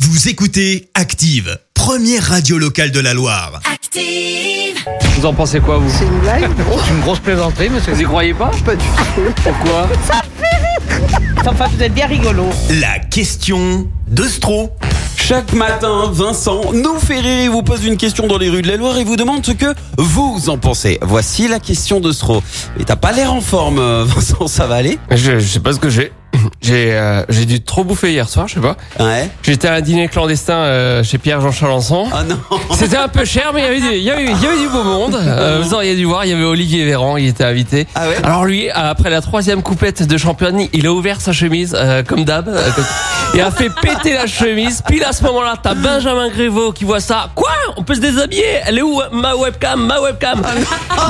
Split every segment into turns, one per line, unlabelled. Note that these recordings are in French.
Vous écoutez Active, première radio locale de la Loire.
Active.
Vous en pensez quoi, vous
C'est une blague
C'est une grosse plaisanterie, monsieur. Vous y croyez pas Pas du tout. Pourquoi
Enfin, vous êtes bien rigolo.
La question de Stro.
Chaque matin, Vincent nous fait rire et vous pose une question dans les rues de la Loire et vous demande ce que vous en pensez. Voici la question de Stro. Et t'as pas l'air en forme, euh, Vincent, ça va aller
Je, je sais pas ce que j'ai. J'ai euh, j'ai dû trop bouffer hier soir, je sais pas.
Ouais.
J'étais à un dîner clandestin euh, chez Pierre-Jean Chalençon.
Ah non
C'était un peu cher, mais il y avait du, il y avait, il y avait du beau monde. Euh, vous auriez dû voir, il y avait Olivier Véran, il était invité.
Ah ouais
Alors lui, après la troisième coupette de champagne, il a ouvert sa chemise, euh, comme d'hab, euh, comme- et a fait péter la chemise. Puis là, à ce moment-là, t'as Benjamin Gréveau qui voit ça. Quoi On peut se déshabiller Elle est où euh, ma webcam Ma webcam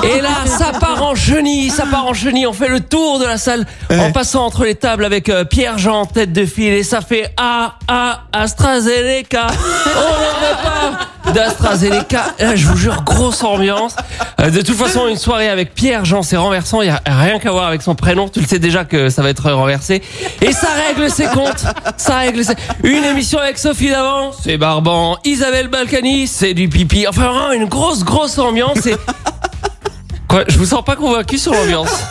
Et là, ça part en chenille, ça part en chenille. On fait le tour de la salle en passant entre les tables avec euh, Pierre-Jean, tête de file, et ça fait A, A, AstraZeneca. On n'en veut pas d'AstraZeneca. Là, je vous jure, grosse ambiance. Euh, de toute façon, une soirée avec Pierre-Jean, c'est renversant. Il n'y a rien qu'à voir avec son prénom. Tu le sais déjà que ça va être renversé. Et ça règle ses comptes. Ça règle ses... Une émission avec Sophie Davant, c'est barbant. Isabelle Balkany, c'est du pipi. Enfin, vraiment, une grosse, grosse ambiance. Et... Quoi, je vous sens pas convaincu sur l'ambiance.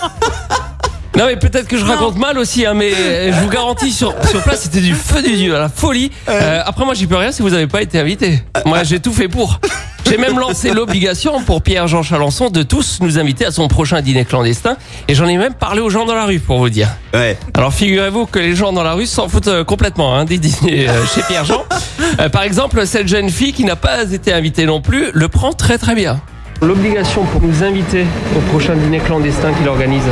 Non mais peut-être que je raconte mal aussi, hein, mais euh, je vous garantis sur, sur place c'était du feu des dieux, la folie. Euh, après moi j'y peux rien si vous n'avez pas été invité. Moi j'ai tout fait pour. J'ai même lancé l'obligation pour Pierre-Jean Chalençon de tous nous inviter à son prochain dîner clandestin et j'en ai même parlé aux gens dans la rue pour vous dire.
Ouais.
Alors figurez-vous que les gens dans la rue s'en foutent euh, complètement hein, des dîners euh, chez Pierre-Jean. Euh, par exemple, cette jeune fille qui n'a pas été invitée non plus le prend très très bien. L'obligation pour nous inviter au prochain dîner clandestin qu'il organise.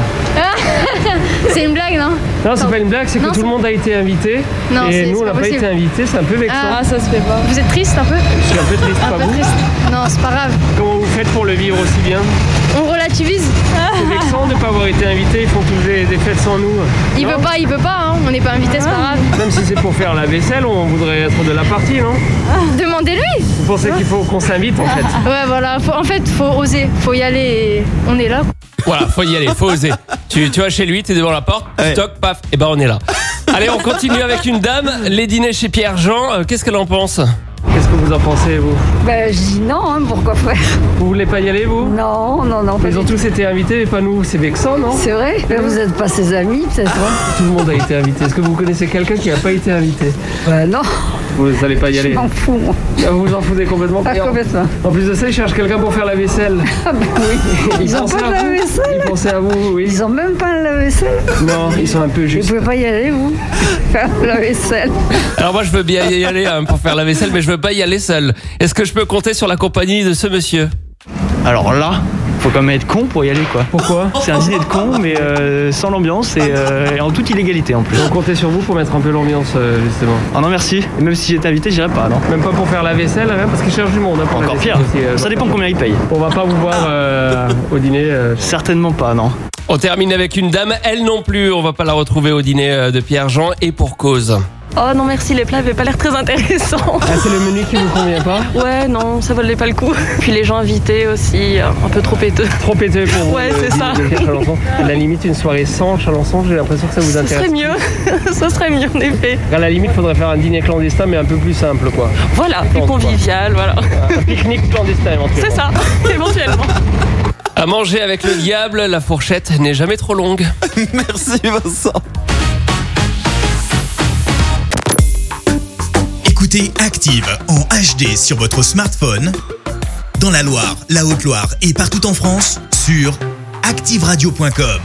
C'est une blague, non
Non, c'est pas une blague, c'est que
Non,
tout
c'est-
le monde a été invité.
Non,
et
c'est-
nous,
c'est
on n'a
pas
pas été
possible.
invités, c'est un peu vexant.
Ah, ça se fait pas. Vous êtes triste un peu
Je suis un peu triste, pas
Pas
vous
triste. Non, c'est pas grave.
Comment vous faites pour le vivre aussi bien
On relativise.
C'est vexant de ne pas avoir été invité, ils font tous des, des fêtes sans nous.
Il
Non. Ah.
veut pas, il veut pas, hein. on n'est pas invité, c'est pas grave.
Même si c'est pour faire la vaisselle, on voudrait être de la partie, non
Demandez-lui
Vous pensez qu'il faut qu'on s'invite en fait
Ouais, voilà, Faut- en fait, faut oser, faut y aller et on est là. quoi.
Voilà, faut y aller, faut oser. Tu, tu vas chez lui, t'es devant la porte,
Ouais.
toc, paf, et ben on est là. Allez, on continue avec une dame, les dîners chez Pierre-Jean, euh, qu'est-ce qu'elle en pense Qu'est-ce que vous en pensez, vous
Ben, je dis non, hein, pourquoi faire
Vous voulez pas y aller, vous
Non, Oh, non, non, pas
Ils ont
du tout.
tous été invités, mais pas nous, c'est vexant, non
C'est vrai Ben, Vous n'êtes pas ses amis, peut-être hein
Tout le monde a été invité. Est-ce que vous connaissez quelqu'un qui n'a pas été invité
Ben non,
Ah. Vous n'allez pas y
je
aller.
m'en fous, moi.
Ah, Vous vous en foutez complètement.
Pas
Et en-
complètement.
En plus de ça, ils cherchent quelqu'un pour faire la vaisselle.
Ah ben oui, ils n'ont
pensaient
pas de
à vous.
lave-vaisselle
Ils pensaient à vous, oui.
Ils ont même pas de lave-vaisselle
Non, ils sont un peu
Vous
justes.
pouvez pas y aller, vous Faire de la vaisselle
Alors moi, je veux bien y aller hein, pour faire la vaisselle, mais je veux pas y aller seul. Est-ce que je peux compter sur la compagnie de ce monsieur
Alors là, faut quand même être con pour y aller quoi.
Pourquoi
C'est un dîner de con, mais euh, sans l'ambiance et, euh, et en toute illégalité en plus.
On comptait sur vous pour mettre un peu l'ambiance, euh, justement.
Ah non merci, et même si j'étais invité, j'irais pas non.
Même pas pour faire la vaisselle, rien, parce qu'ils cherchent du monde. hein, pour la
Encore
vaisselle
pire,
aussi, euh,
ça dépend combien ils payent.
On va pas vous voir euh, au dîner. euh.
Certainement pas non.
On termine avec une dame, elle non plus. On va pas la retrouver au dîner euh, de Pierre-Jean et pour cause.
Oh non merci, les plats n'avaient pas l'air très intéressants.
Ah, c'est le menu qui vous convient pas
Ouais non, ça valait pas le coup. Puis les gens invités aussi, euh, un peu trop péteux.
Trop pété pour vous.
Ouais,
euh,
c'est
dîner
ça.
de Chalençon. À la limite, une soirée sans Chalençon, j'ai l'impression que ça vous
Ce
intéresse.
serait mieux, ce serait mieux en effet.
À la limite, faudrait faire un dîner clandestin, mais un peu plus simple, quoi.
Voilà, plus
pense,
convivial, voilà.
Un pique-nique clandestin, éventuellement.
C'est ça, éventuellement.
À manger avec le diable, la fourchette n'est jamais trop longue.
Merci Vincent
Écoutez Active en HD sur votre smartphone, dans la Loire, la Haute-Loire et partout en France, sur activeradio.com.